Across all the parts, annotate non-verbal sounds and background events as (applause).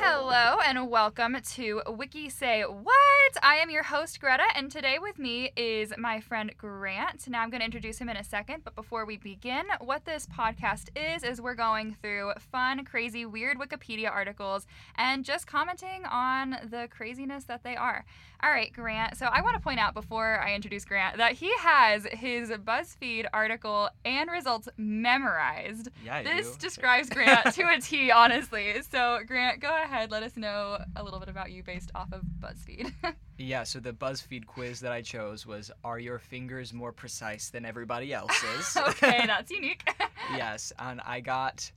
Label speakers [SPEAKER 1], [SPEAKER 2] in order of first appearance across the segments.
[SPEAKER 1] Hello and welcome to Wiki Say What. I am your host Greta, and today with me is my friend Grant. Now I'm going to introduce him in a second, but before we begin, what this podcast is is we're going through fun, crazy, weird Wikipedia articles and just commenting on the craziness that they are. All right, Grant. So I want to point out before I introduce Grant that he has his BuzzFeed article and results memorized.
[SPEAKER 2] Yeah, I
[SPEAKER 1] This
[SPEAKER 2] do.
[SPEAKER 1] describes Grant to a T, honestly. So, Grant, go ahead. Let us know a little bit about you based off of BuzzFeed. (laughs)
[SPEAKER 2] Yeah, so the BuzzFeed quiz that I chose was Are Your Fingers More Precise Than Everybody
[SPEAKER 1] (laughs)
[SPEAKER 2] Else's?
[SPEAKER 1] okay, that's unique. (laughs)
[SPEAKER 2] yes, and I got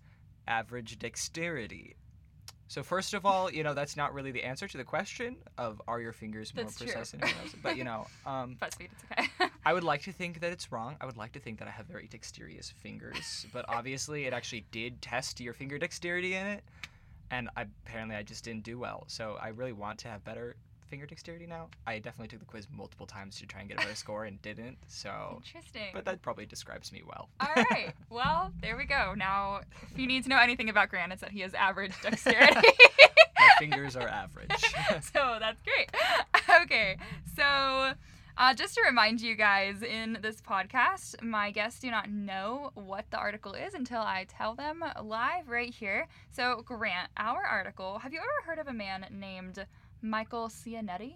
[SPEAKER 2] average dexterity. So, first of all, you know, that's not really the answer to the question of Are Your Fingers More
[SPEAKER 1] That's true.
[SPEAKER 2] Precise Than Everybody Else's? But, you
[SPEAKER 1] (laughs)
[SPEAKER 2] know, um,
[SPEAKER 1] BuzzFeed, it's okay.
[SPEAKER 2] I would like to think that it's wrong. I would like to think that I have very dexterous fingers, but obviously it actually did test your finger dexterity in it, and I, apparently I just didn't do well. So I really want to have better finger dexterity now. I definitely took the quiz multiple times to try and get a better score and didn't. So,
[SPEAKER 1] Oh, Interesting.
[SPEAKER 2] but that probably describes me well.
[SPEAKER 1] All right. Well, there we go. Now, if you need to know anything about Grant, it's that he has average dexterity. (laughs)
[SPEAKER 2] My fingers are average.
[SPEAKER 1] so that's great. (laughs) Okay, so uh, just to remind you guys, in this podcast, my guests do not know what the article is until I tell them live right here. So, Grant, our article have you ever heard of a man named Michael Cianetti?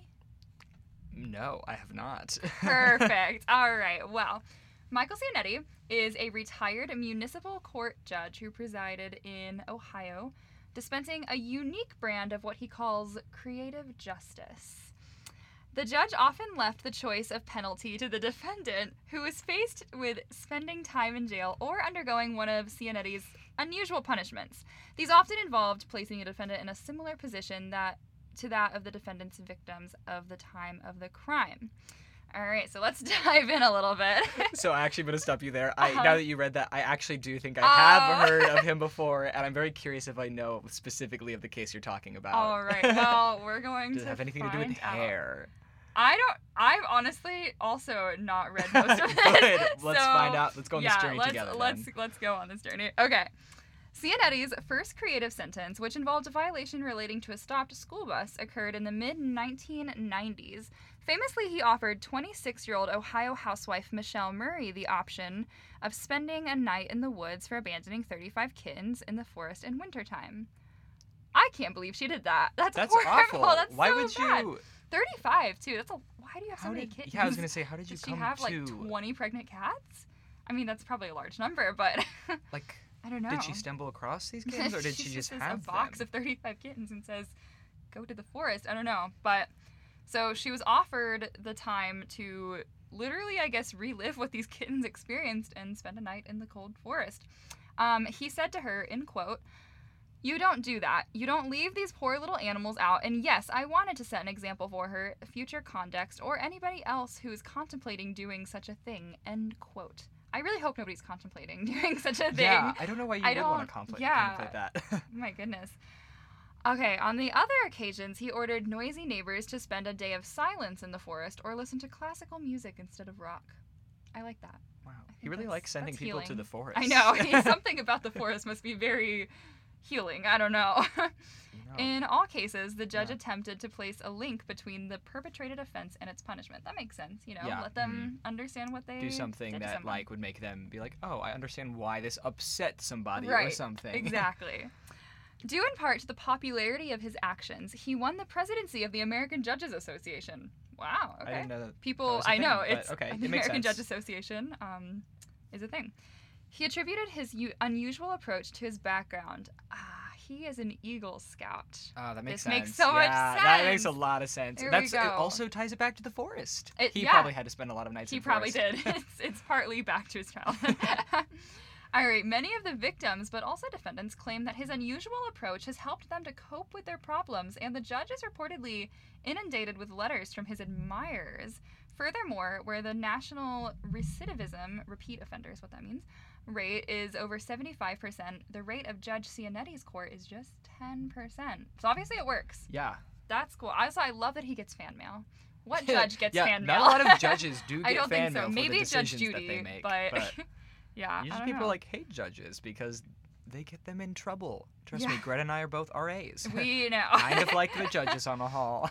[SPEAKER 2] no, I have not.
[SPEAKER 1] Perfect. All right. Well, Michael Cianetti is a retired municipal court judge who presided in Ohio, dispensing a unique brand of what he calls creative justice. The judge often left the choice of penalty to the defendant, who was faced with spending time in jail or undergoing one of Cianetti's unusual punishments. These often involved placing a defendant in a similar position that to that of the defendant's victims of the time of the crime. All right, so let's (laughs) dive in a little
[SPEAKER 2] (laughs)
[SPEAKER 1] bit.
[SPEAKER 2] So I actually going to stop you there. I
[SPEAKER 1] Uh-huh.
[SPEAKER 2] now that you read that, I actually do think I
[SPEAKER 1] Oh.
[SPEAKER 2] have heard
[SPEAKER 1] (laughs)
[SPEAKER 2] of him before, and I'm very curious if I know specifically of the case you're talking about.
[SPEAKER 1] All
[SPEAKER 2] (laughs)
[SPEAKER 1] right, well, we're going
[SPEAKER 2] Does
[SPEAKER 1] to
[SPEAKER 2] it have anything to do with
[SPEAKER 1] find out.
[SPEAKER 2] hair?
[SPEAKER 1] I don't. I've honestly also not read
[SPEAKER 2] (laughs)
[SPEAKER 1] most of this.
[SPEAKER 2] Good. Let's
[SPEAKER 1] so-
[SPEAKER 2] find out. Let's go on
[SPEAKER 1] yeah,
[SPEAKER 2] this journey
[SPEAKER 1] let's,
[SPEAKER 2] together.
[SPEAKER 1] Let's (laughs)
[SPEAKER 2] then.
[SPEAKER 1] let's go on this journey. Okay. Cianetti's first creative sentence, which involved a violation relating to a stopped school bus, occurred in the mid 1990s. Famously, he offered 26 year old Ohio housewife Michelle Murray the option of spending a night in the woods for abandoning 35 kittens in the forest in wintertime. I can't believe she did that. That's, (laughs)
[SPEAKER 2] That's
[SPEAKER 1] horrible.
[SPEAKER 2] awful.
[SPEAKER 1] That's
[SPEAKER 2] Why
[SPEAKER 1] so
[SPEAKER 2] would
[SPEAKER 1] bad.
[SPEAKER 2] you?
[SPEAKER 1] 35 too. That's a. Why do you have so
[SPEAKER 2] How
[SPEAKER 1] many
[SPEAKER 2] did,
[SPEAKER 1] kittens?
[SPEAKER 2] yeah, I was gonna say, how did you
[SPEAKER 1] Did she
[SPEAKER 2] come
[SPEAKER 1] have
[SPEAKER 2] to
[SPEAKER 1] like 20 pregnant cats? I mean, that's probably a large number, but (laughs)
[SPEAKER 2] like?
[SPEAKER 1] I don't know.
[SPEAKER 2] Did she stumble
[SPEAKER 1] (laughs)
[SPEAKER 2] across these kids, or did she, just
[SPEAKER 1] has
[SPEAKER 2] have
[SPEAKER 1] a box
[SPEAKER 2] them?
[SPEAKER 1] of 35 kittens and says, "Go to the forest"? I don't know, but so she was offered the time to literally, I guess, relive what these (laughs) kittens experienced and spend a night in the cold forest. Um, he said to her, in quote. You don't do that. You don't leave these poor little animals out. And yes, I wanted to set an example for her, future context, or anybody else who is contemplating doing such a thing. End quote. I really hope nobody's contemplating (laughs) doing such a thing.
[SPEAKER 2] Yeah, I don't know why you
[SPEAKER 1] I
[SPEAKER 2] would want
[SPEAKER 1] don't-
[SPEAKER 2] to conflict,
[SPEAKER 1] yeah.
[SPEAKER 2] conflict that. (laughs)
[SPEAKER 1] My goodness. Okay, on the other occasions, he ordered noisy neighbors to spend a day of silence in the forest or listen to classical music instead of rock. I like that.
[SPEAKER 2] wow, he
[SPEAKER 1] think
[SPEAKER 2] really
[SPEAKER 1] that's-
[SPEAKER 2] likes sending
[SPEAKER 1] that's
[SPEAKER 2] people to
[SPEAKER 1] healing.
[SPEAKER 2] the forest.
[SPEAKER 1] I know. (laughs)
[SPEAKER 2] (laughs)
[SPEAKER 1] he- Something about the forest must be very healing. I don't
[SPEAKER 2] (laughs)
[SPEAKER 1] know.
[SPEAKER 2] No.
[SPEAKER 1] In all cases, the judge
[SPEAKER 2] Oh. Yeah.
[SPEAKER 1] attempted to place a link between the perpetrated offense and its punishment. That makes sense, you know.
[SPEAKER 2] Yeah, Mm-hmm.
[SPEAKER 1] Let them understand what they
[SPEAKER 2] do something
[SPEAKER 1] did to
[SPEAKER 2] that
[SPEAKER 1] someone.
[SPEAKER 2] like would make them be like, oh, I understand why this upset somebody or
[SPEAKER 1] Right,
[SPEAKER 2] something.
[SPEAKER 1] Exactly. Due in part to the popularity of his actions, he won the presidency of the American Judges Association. Wow.
[SPEAKER 2] (laughs) I
[SPEAKER 1] Okay.
[SPEAKER 2] didn't know that.
[SPEAKER 1] People,
[SPEAKER 2] was a
[SPEAKER 1] I know
[SPEAKER 2] thing, but
[SPEAKER 1] it's
[SPEAKER 2] okay,
[SPEAKER 1] the
[SPEAKER 2] it makes
[SPEAKER 1] American
[SPEAKER 2] sense.
[SPEAKER 1] Judge Association um, is a thing. He attributed his u- unusual approach to his background. Ah, he is an Eagle Scout.
[SPEAKER 2] Oh, that makes
[SPEAKER 1] This makes
[SPEAKER 2] sense.
[SPEAKER 1] so much
[SPEAKER 2] yeah, That makes a
[SPEAKER 1] sense.
[SPEAKER 2] lot of sense.
[SPEAKER 1] Here we
[SPEAKER 2] That's
[SPEAKER 1] go.
[SPEAKER 2] it also ties it back to the forest.
[SPEAKER 1] It-
[SPEAKER 2] he
[SPEAKER 1] yeah.
[SPEAKER 2] probably had to spend a lot of nights
[SPEAKER 1] He
[SPEAKER 2] in
[SPEAKER 1] probably
[SPEAKER 2] forest.
[SPEAKER 1] did. (laughs) It's, it's partly back to his
[SPEAKER 2] (laughs)
[SPEAKER 1] childhood. (laughs) All right, many of the victims, but also defendants, claim that his unusual approach has helped them to cope with their problems, and the judge is reportedly inundated with letters from his admirers. Furthermore, where the national recidivism, repeat offenders, what that means, rate is over 75%, the rate of Judge Cianetti's court is just 10%. So obviously it works.
[SPEAKER 2] Yeah.
[SPEAKER 1] That's cool. Also, I love that he gets fan mail.
[SPEAKER 2] (laughs)
[SPEAKER 1] What judge gets
[SPEAKER 2] yeah,
[SPEAKER 1] fan
[SPEAKER 2] not
[SPEAKER 1] mail? (laughs)
[SPEAKER 2] a lot of judges do get
[SPEAKER 1] I don't
[SPEAKER 2] fan
[SPEAKER 1] think so.
[SPEAKER 2] mail for
[SPEAKER 1] Maybe
[SPEAKER 2] the
[SPEAKER 1] Judge
[SPEAKER 2] decisions
[SPEAKER 1] Judy,
[SPEAKER 2] that they make.
[SPEAKER 1] but, (laughs) Yeah. I
[SPEAKER 2] Usually
[SPEAKER 1] don't
[SPEAKER 2] people
[SPEAKER 1] know.
[SPEAKER 2] like hate judges because they get them in trouble. Trust me,
[SPEAKER 1] Yeah.
[SPEAKER 2] Greta and I are both
[SPEAKER 1] (laughs)
[SPEAKER 2] RAs. (laughs)
[SPEAKER 1] we know.
[SPEAKER 2] kind
[SPEAKER 1] (laughs)
[SPEAKER 2] of like the judges on the hall.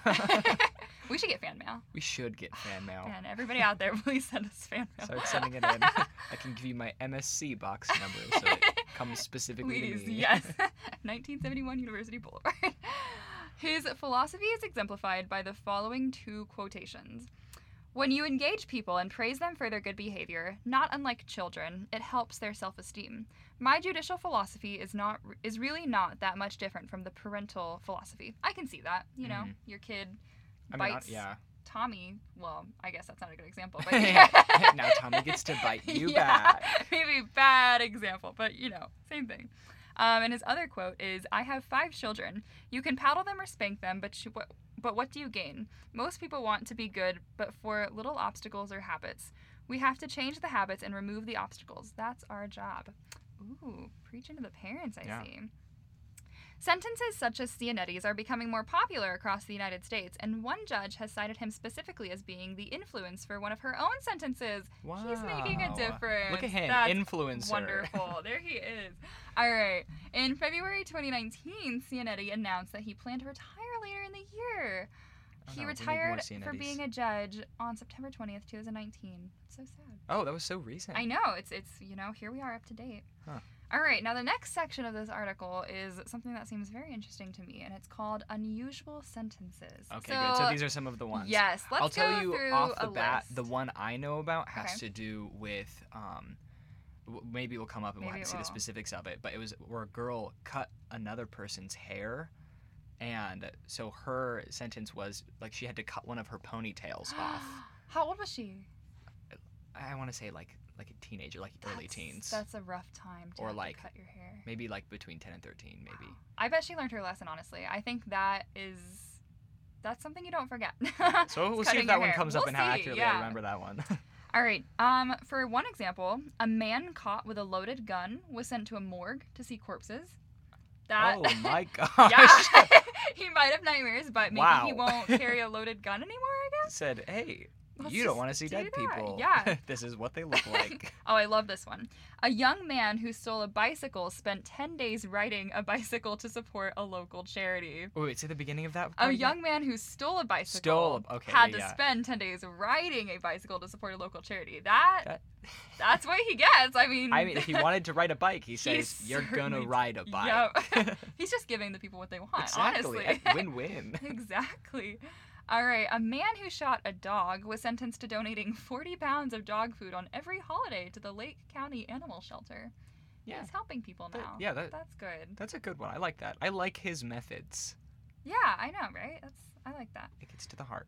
[SPEAKER 2] (laughs)
[SPEAKER 1] we should get fan mail.
[SPEAKER 2] we should get fan mail.
[SPEAKER 1] And everybody out there, (laughs) please send us fan mail.
[SPEAKER 2] Start sending it in. (laughs) I can give you my MSC box number so it
[SPEAKER 1] (laughs)
[SPEAKER 2] comes specifically
[SPEAKER 1] Please,
[SPEAKER 2] to me. (laughs)
[SPEAKER 1] yes. (laughs) 1971 University Boulevard. (laughs) His philosophy is exemplified by the following two quotations. When you engage people and praise them for their good behavior, not unlike children, it helps their self-esteem. My judicial philosophy is not is really not that much different from the parental philosophy. I can see that, you know,
[SPEAKER 2] Mhm.
[SPEAKER 1] your kid
[SPEAKER 2] I mean,
[SPEAKER 1] bites (laughs)
[SPEAKER 2] yeah. (laughs)
[SPEAKER 1] Tommy. Well, I guess that's not a good example, but
[SPEAKER 2] now Tommy gets to
[SPEAKER 1] (laughs)
[SPEAKER 2] bite you
[SPEAKER 1] yeah,
[SPEAKER 2] back.
[SPEAKER 1] Maybe bad example, but you know, same thing. Um, and his other quote is, "I have five children. You can paddle them or spank them, but sh- what, but what do you gain? Most people want to be good, but for little obstacles or habits. We have to change the habits and remove the obstacles. That's our job." Ooh, preaching to the parents, I
[SPEAKER 2] Yeah.
[SPEAKER 1] see. Sentences such as Cianetti's are becoming more popular across the United States, and one judge has cited him specifically as being the influence for one of her own sentences.
[SPEAKER 2] Wow.
[SPEAKER 1] He's making a difference.
[SPEAKER 2] Look at him,
[SPEAKER 1] That's
[SPEAKER 2] influencer. (laughs)
[SPEAKER 1] Wonderful. There he is. All right. In February 2019, Cianetti announced that he planned to retire later in the year.
[SPEAKER 2] Oh,
[SPEAKER 1] He
[SPEAKER 2] no, we need more
[SPEAKER 1] retired for
[SPEAKER 2] Cianettis.
[SPEAKER 1] being a judge on September 20th, 2019. So sad.
[SPEAKER 2] Oh, that was so recent.
[SPEAKER 1] I know. It's it's you know, here we are up to date.
[SPEAKER 2] Huh.
[SPEAKER 1] All right, now the next section of this article is something that seems very interesting to me, and it's called unusual sentences.
[SPEAKER 2] Okay, good. So these are some of the ones.
[SPEAKER 1] Yes, let's
[SPEAKER 2] I'll tell
[SPEAKER 1] go
[SPEAKER 2] you
[SPEAKER 1] through
[SPEAKER 2] off the
[SPEAKER 1] a
[SPEAKER 2] bat.
[SPEAKER 1] list.
[SPEAKER 2] The one I know about has
[SPEAKER 1] Okay.
[SPEAKER 2] to do with. Um, w- maybe we'll come up and we'll
[SPEAKER 1] Maybe
[SPEAKER 2] have to
[SPEAKER 1] it
[SPEAKER 2] see the
[SPEAKER 1] will.
[SPEAKER 2] specifics of it. But it was where a girl cut another person's hair, and so her sentence was like she had to cut one of
[SPEAKER 1] (gasps)
[SPEAKER 2] her ponytails off.
[SPEAKER 1] How old was she?
[SPEAKER 2] I want to say like like a teenager, like early
[SPEAKER 1] That's-
[SPEAKER 2] teens,
[SPEAKER 1] That's a rough time to
[SPEAKER 2] Or,
[SPEAKER 1] have to
[SPEAKER 2] like,
[SPEAKER 1] cut your hair.
[SPEAKER 2] maybe like between ten and thirteen, maybe.
[SPEAKER 1] Wow. I bet she learned her lesson. Honestly, I think that is that's something you don't forget. (laughs)
[SPEAKER 2] So we'll
[SPEAKER 1] It's
[SPEAKER 2] see
[SPEAKER 1] cutting
[SPEAKER 2] if that
[SPEAKER 1] your
[SPEAKER 2] one
[SPEAKER 1] hair.
[SPEAKER 2] comes up
[SPEAKER 1] We'll
[SPEAKER 2] and how
[SPEAKER 1] see,
[SPEAKER 2] accurately I
[SPEAKER 1] yeah.
[SPEAKER 2] remember that one.
[SPEAKER 1] All right. Um, for one example, a man caught with a loaded gun was sent to a morgue to see corpses. That.
[SPEAKER 2] (laughs) oh
[SPEAKER 1] (laughs)
[SPEAKER 2] my gosh! (laughs)
[SPEAKER 1] yeah. (laughs) he might have nightmares, but maybe he
[SPEAKER 2] Wow.
[SPEAKER 1] won't carry
[SPEAKER 2] (laughs)
[SPEAKER 1] a loaded gun anymore. I guess.
[SPEAKER 2] Said, hey,
[SPEAKER 1] Let's
[SPEAKER 2] you don't
[SPEAKER 1] just
[SPEAKER 2] want to see
[SPEAKER 1] do
[SPEAKER 2] dead
[SPEAKER 1] that,
[SPEAKER 2] people.
[SPEAKER 1] yeah.
[SPEAKER 2] (laughs) this is what they
[SPEAKER 1] (laughs)
[SPEAKER 2] look like.
[SPEAKER 1] Oh, I love this one. A young man who stole a bicycle spent 10 days riding a bicycle to support a local charity.
[SPEAKER 2] Oh, Wait, wait, say the beginning of that. part
[SPEAKER 1] A
[SPEAKER 2] again?
[SPEAKER 1] young man who stole a bicycle
[SPEAKER 2] Stole a- okay,
[SPEAKER 1] had
[SPEAKER 2] yeah,
[SPEAKER 1] to
[SPEAKER 2] yeah.
[SPEAKER 1] spend 10 days riding a bicycle to support a local charity. That,
[SPEAKER 2] That-
[SPEAKER 1] that's what he gets. I mean,
[SPEAKER 2] I mean, if he wanted to ride a
[SPEAKER 1] (laughs)
[SPEAKER 2] bike, he
[SPEAKER 1] He
[SPEAKER 2] says, "You're gonna
[SPEAKER 1] certainly
[SPEAKER 2] ride a
[SPEAKER 1] did.
[SPEAKER 2] bike."
[SPEAKER 1] (laughs) Yep. (laughs) he's just giving the people what they want,
[SPEAKER 2] (laughs) exactly.
[SPEAKER 1] honestly. (laughs)
[SPEAKER 2] I- Win-win.
[SPEAKER 1] exactly. All right, a man who shot a dog was sentenced to donating 40 pounds of dog food on every holiday to the Lake County Animal Shelter.
[SPEAKER 2] Yeah.
[SPEAKER 1] He's helping people
[SPEAKER 2] That-
[SPEAKER 1] now.
[SPEAKER 2] yeah, that-
[SPEAKER 1] that's good.
[SPEAKER 2] That's a good one. I like that. I like his methods.
[SPEAKER 1] Yeah, I know, right? That's I like that.
[SPEAKER 2] It gets to the heart.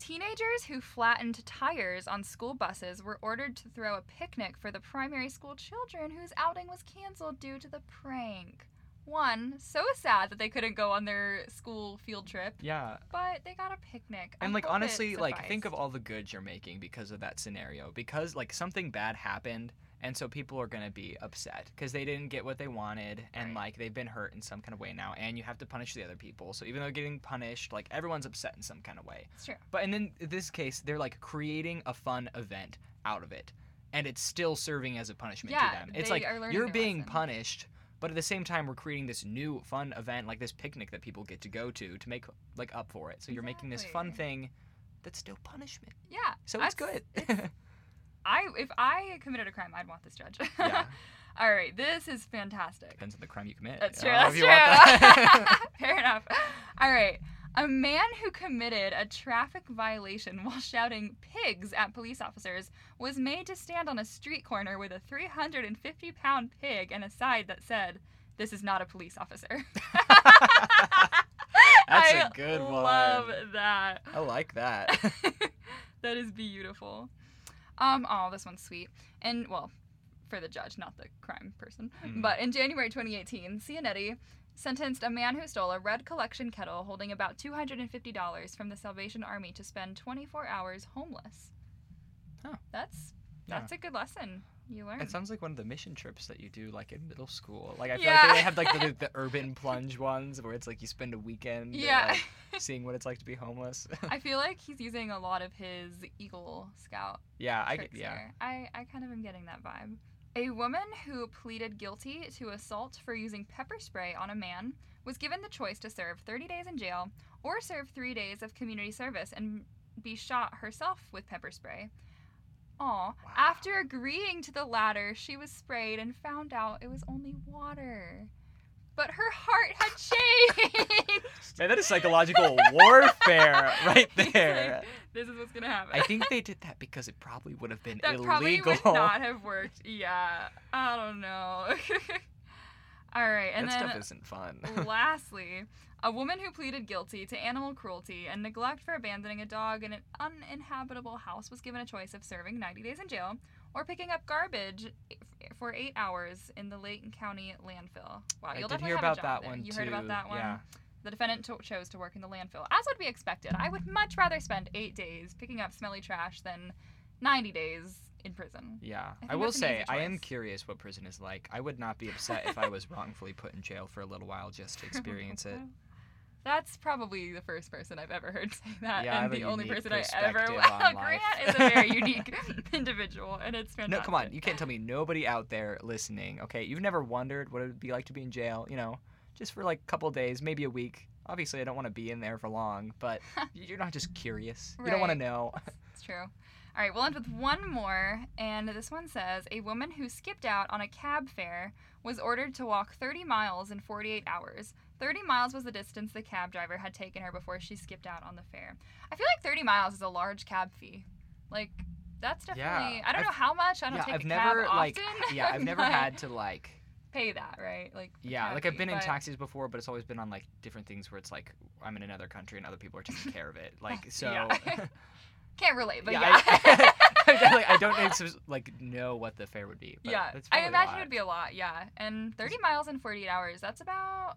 [SPEAKER 1] Teenagers who flattened tires on school buses were ordered to throw a picnic for the primary school children whose outing was canceled due to the prank. One, so sad that they couldn't go on their school field trip,
[SPEAKER 2] Yeah.
[SPEAKER 1] but they got a picnic. I
[SPEAKER 2] And like
[SPEAKER 1] hope it
[SPEAKER 2] honestly, like think
[SPEAKER 1] sufficed.
[SPEAKER 2] of all the goods you're making because of that scenario. Because like something bad happened, and so people are gonna be upset because they didn't get what they wanted, and
[SPEAKER 1] Right.
[SPEAKER 2] like they've been hurt in some kind of way now. And you have to punish the other people. So even though getting punished, like everyone's upset in some kind of way.
[SPEAKER 1] It's true.
[SPEAKER 2] But and in this case, they're like creating a fun event out of it, and it's still serving as a punishment
[SPEAKER 1] Yeah,
[SPEAKER 2] to them. It's
[SPEAKER 1] they
[SPEAKER 2] like
[SPEAKER 1] are learning
[SPEAKER 2] you're
[SPEAKER 1] their
[SPEAKER 2] being
[SPEAKER 1] lesson.
[SPEAKER 2] punished, but at the same time, we're creating this new fun event, like this picnic that people get to go to to make like up for it. So you're making this fun
[SPEAKER 1] Exactly.
[SPEAKER 2] thing that's still punishment.
[SPEAKER 1] Yeah.
[SPEAKER 2] So it's
[SPEAKER 1] That's- (laughs)
[SPEAKER 2] good.
[SPEAKER 1] I if I committed a crime, I'd want this judge.
[SPEAKER 2] yeah,
[SPEAKER 1] (laughs) All right, this is fantastic.
[SPEAKER 2] depends on the crime you commit.
[SPEAKER 1] That's
[SPEAKER 2] you
[SPEAKER 1] true.
[SPEAKER 2] know,
[SPEAKER 1] That's
[SPEAKER 2] if
[SPEAKER 1] true.
[SPEAKER 2] you want that. (laughs)
[SPEAKER 1] (laughs) Fair enough. All right. A man who committed a traffic violation (laughs) while shouting pigs at police officers was made to stand on a street corner with a 350 pound pig and a sign that said, This is not a police officer. (laughs)
[SPEAKER 2] (laughs) That's
[SPEAKER 1] a
[SPEAKER 2] a good one.
[SPEAKER 1] Love that.
[SPEAKER 2] (laughs) I like that. (laughs)
[SPEAKER 1] (laughs) that is beautiful. Um, oh, this one's sweet. And well, for the judge, not the crime person.
[SPEAKER 2] Mm.
[SPEAKER 1] But in January 2018, Cianetti sentenced a man who stole a red collection kettle holding about $250 from the Salvation Army to spend 24 hours homeless.
[SPEAKER 2] Huh.
[SPEAKER 1] That's
[SPEAKER 2] Yeah.
[SPEAKER 1] that's a good lesson you learn.
[SPEAKER 2] It sounds like one of the mission trips that you do, like in middle school. Like I feel
[SPEAKER 1] Yeah.
[SPEAKER 2] like they have like
[SPEAKER 1] (laughs)
[SPEAKER 2] the, the urban plunge ones where it's like you spend a weekend, uh,
[SPEAKER 1] yeah.
[SPEAKER 2] like, seeing what it's like to be homeless. (laughs)
[SPEAKER 1] (laughs) I feel like he's using a lot of his Eagle Scout
[SPEAKER 2] yeah, I get.
[SPEAKER 1] tricks
[SPEAKER 2] Yeah,
[SPEAKER 1] there. I, I kind of am getting that vibe. A woman who pleaded guilty to assault for using pepper spray on a man was given the choice to serve 30 days in jail or serve three days of community service and be shot herself with pepper spray. Aw, after agreeing to the latter, she was sprayed and found out it was only water. But her heart
[SPEAKER 2] (laughs)
[SPEAKER 1] had changed.
[SPEAKER 2] Man, that
[SPEAKER 1] (laughs)
[SPEAKER 2] is psychological warfare right
[SPEAKER 1] He's like,
[SPEAKER 2] there.
[SPEAKER 1] this is what's gonna happen.
[SPEAKER 2] I think they did that because it probably would have been
[SPEAKER 1] that
[SPEAKER 2] illegal.
[SPEAKER 1] probably would
[SPEAKER 2] (laughs)
[SPEAKER 1] not have worked. Yeah, I don't know. (laughs) All right, and
[SPEAKER 2] (laughs) that
[SPEAKER 1] then
[SPEAKER 2] stuff isn't fun. (laughs)
[SPEAKER 1] Lastly, a woman who pleaded guilty to animal cruelty and neglect for abandoning a dog in an uninhabitable house was given a choice of serving 90 days in jail or picking up garbage for eight hours in the Layton County landfill. Wow,
[SPEAKER 2] I
[SPEAKER 1] you'll
[SPEAKER 2] did
[SPEAKER 1] definitely
[SPEAKER 2] hear
[SPEAKER 1] have a
[SPEAKER 2] about
[SPEAKER 1] job
[SPEAKER 2] that
[SPEAKER 1] there.
[SPEAKER 2] one
[SPEAKER 1] You
[SPEAKER 2] too.
[SPEAKER 1] heard about that one.
[SPEAKER 2] Yeah.
[SPEAKER 1] The defendant cho- chose to work in the landfill, as would be expected. I would much rather spend eight days picking up smelly trash than 90 days in prison.
[SPEAKER 2] Yeah,
[SPEAKER 1] think
[SPEAKER 2] I, will
[SPEAKER 1] that's an easy
[SPEAKER 2] say I am
[SPEAKER 1] choice.
[SPEAKER 2] curious what prison is like. I would not be upset if
[SPEAKER 1] (laughs)
[SPEAKER 2] I was wrongfully put in jail for a little while just to experience it.
[SPEAKER 1] That's probably the first person I've ever heard (laughs) say that,
[SPEAKER 2] Yeah, I
[SPEAKER 1] and
[SPEAKER 2] have a
[SPEAKER 1] the only
[SPEAKER 2] unique
[SPEAKER 1] person I ever.
[SPEAKER 2] perspective
[SPEAKER 1] Wow,
[SPEAKER 2] on
[SPEAKER 1] (laughs)
[SPEAKER 2] life.
[SPEAKER 1] Grant is a
[SPEAKER 2] (laughs)
[SPEAKER 1] very unique (laughs) individual, and it's fantastic.
[SPEAKER 2] No, come on, you can't tell me nobody out there listening. Okay, you've never wondered what it would be like to be in jail. You know, just for like a couple days, maybe a week. Obviously, I don't want to be in there for long,
[SPEAKER 1] (laughs)
[SPEAKER 2] but you're not just curious. You don't want to
[SPEAKER 1] Right.
[SPEAKER 2] know.
[SPEAKER 1] It's true. All right, we'll end with one more, and this one says a woman who skipped out on a cab fare was ordered to walk 30 miles in 48 hours. 30 miles was the distance the cab driver had taken her before she skipped out on the fare. I feel like 30 miles is a large cab fee. Like, that's
[SPEAKER 2] Yeah,
[SPEAKER 1] definitely. I don't
[SPEAKER 2] I've-
[SPEAKER 1] know how much. I don't
[SPEAKER 2] yeah,
[SPEAKER 1] take
[SPEAKER 2] I've
[SPEAKER 1] a
[SPEAKER 2] never
[SPEAKER 1] cab
[SPEAKER 2] like
[SPEAKER 1] often, (laughs)
[SPEAKER 2] (laughs) yeah, I've never
[SPEAKER 1] but-
[SPEAKER 2] had to like
[SPEAKER 1] pay that, right? Like the
[SPEAKER 2] yeah,
[SPEAKER 1] cab
[SPEAKER 2] like I've
[SPEAKER 1] fee,
[SPEAKER 2] been in
[SPEAKER 1] but-
[SPEAKER 2] taxis before, but it's always been on like different things where it's like I'm in another country and other people are taking care of it.
[SPEAKER 1] (laughs)
[SPEAKER 2] (laughs) Like so.
[SPEAKER 1] Yeah. Can't relate, but
[SPEAKER 2] Yeah,
[SPEAKER 1] yeah.
[SPEAKER 2] I-
[SPEAKER 1] (laughs)
[SPEAKER 2] (laughs) I feel like I don't know, so- like know what the fare would be. But
[SPEAKER 1] yeah,
[SPEAKER 2] that's
[SPEAKER 1] I imagine it would be a lot. Yeah, and 30 miles in 48 hours. That's about.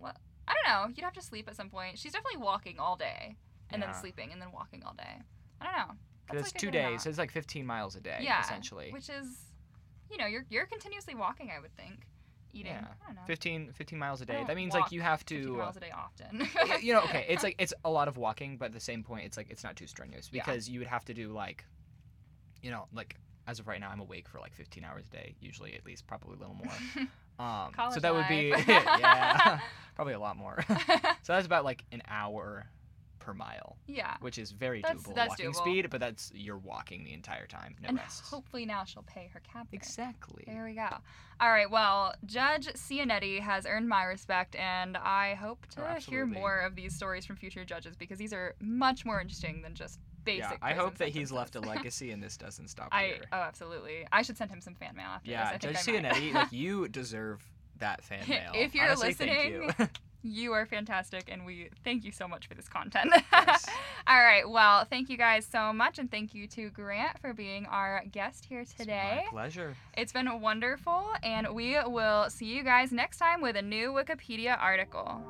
[SPEAKER 1] Well, I don't know. You'd have to sleep at some point. She's definitely walking all day, and
[SPEAKER 2] Yeah.
[SPEAKER 1] then sleeping, and then walking all day. I don't know.
[SPEAKER 2] Because
[SPEAKER 1] like
[SPEAKER 2] it's
[SPEAKER 1] a
[SPEAKER 2] two
[SPEAKER 1] good amount,
[SPEAKER 2] days. It's like 15 miles a day,
[SPEAKER 1] Yeah,
[SPEAKER 2] essentially.
[SPEAKER 1] which is, you know, you're you're continuously walking. I would think, eating.
[SPEAKER 2] Yeah.
[SPEAKER 1] I don't know.
[SPEAKER 2] 15, 15 miles a day.
[SPEAKER 1] don't
[SPEAKER 2] That means
[SPEAKER 1] walk
[SPEAKER 2] like you have
[SPEAKER 1] 15
[SPEAKER 2] to.
[SPEAKER 1] miles a day often.
[SPEAKER 2] (laughs) Yeah, you know,
[SPEAKER 1] (laughs)
[SPEAKER 2] okay, it's like it's a lot of walking, but at the same point, it's like it's not too strenuous
[SPEAKER 1] Yeah.
[SPEAKER 2] because you would have to do like, you know, like as of right now, I'm awake for like 15 hours a day, usually at least, probably a
[SPEAKER 1] (laughs)
[SPEAKER 2] little more. Um,
[SPEAKER 1] College
[SPEAKER 2] so that would be (laughs)
[SPEAKER 1] life.
[SPEAKER 2] yeah, probably a lot more. (laughs) so that's about like an hour per mile.
[SPEAKER 1] (laughs) yeah.
[SPEAKER 2] which is very
[SPEAKER 1] That's-
[SPEAKER 2] doable
[SPEAKER 1] that's
[SPEAKER 2] walking
[SPEAKER 1] doable.
[SPEAKER 2] speed, but that's you're walking the entire time, no
[SPEAKER 1] and
[SPEAKER 2] rest.
[SPEAKER 1] hopefully now she'll pay her cab fare.
[SPEAKER 2] Exactly.
[SPEAKER 1] There we go. All right. Well, Judge Cianetti has earned my respect, and I hope
[SPEAKER 2] Oh,
[SPEAKER 1] to hear
[SPEAKER 2] absolutely.
[SPEAKER 1] more of these stories from future judges because these are much more interesting than just basic.
[SPEAKER 2] yeah, I hope that
[SPEAKER 1] prison (laughs)
[SPEAKER 2] he's left a
[SPEAKER 1] sentences.
[SPEAKER 2] legacy and this doesn't stop
[SPEAKER 1] I
[SPEAKER 2] here.
[SPEAKER 1] oh, absolutely. I should send him some fan mail after
[SPEAKER 2] yeah, Judge
[SPEAKER 1] this. I think I might.
[SPEAKER 2] Cianetti,
[SPEAKER 1] (laughs)
[SPEAKER 2] like you deserve that fan mail.
[SPEAKER 1] If you're (laughs)
[SPEAKER 2] Honestly, Thank you. (laughs)
[SPEAKER 1] You are fantastic, and we thank you so much for this content.
[SPEAKER 2] Yes.
[SPEAKER 1] (laughs) All right. Well, thank you guys so much, and thank you to Grant for being our guest here
[SPEAKER 2] It's
[SPEAKER 1] today.
[SPEAKER 2] my pleasure.
[SPEAKER 1] It's been wonderful, and we will see you guys next time with a new Wikipedia article.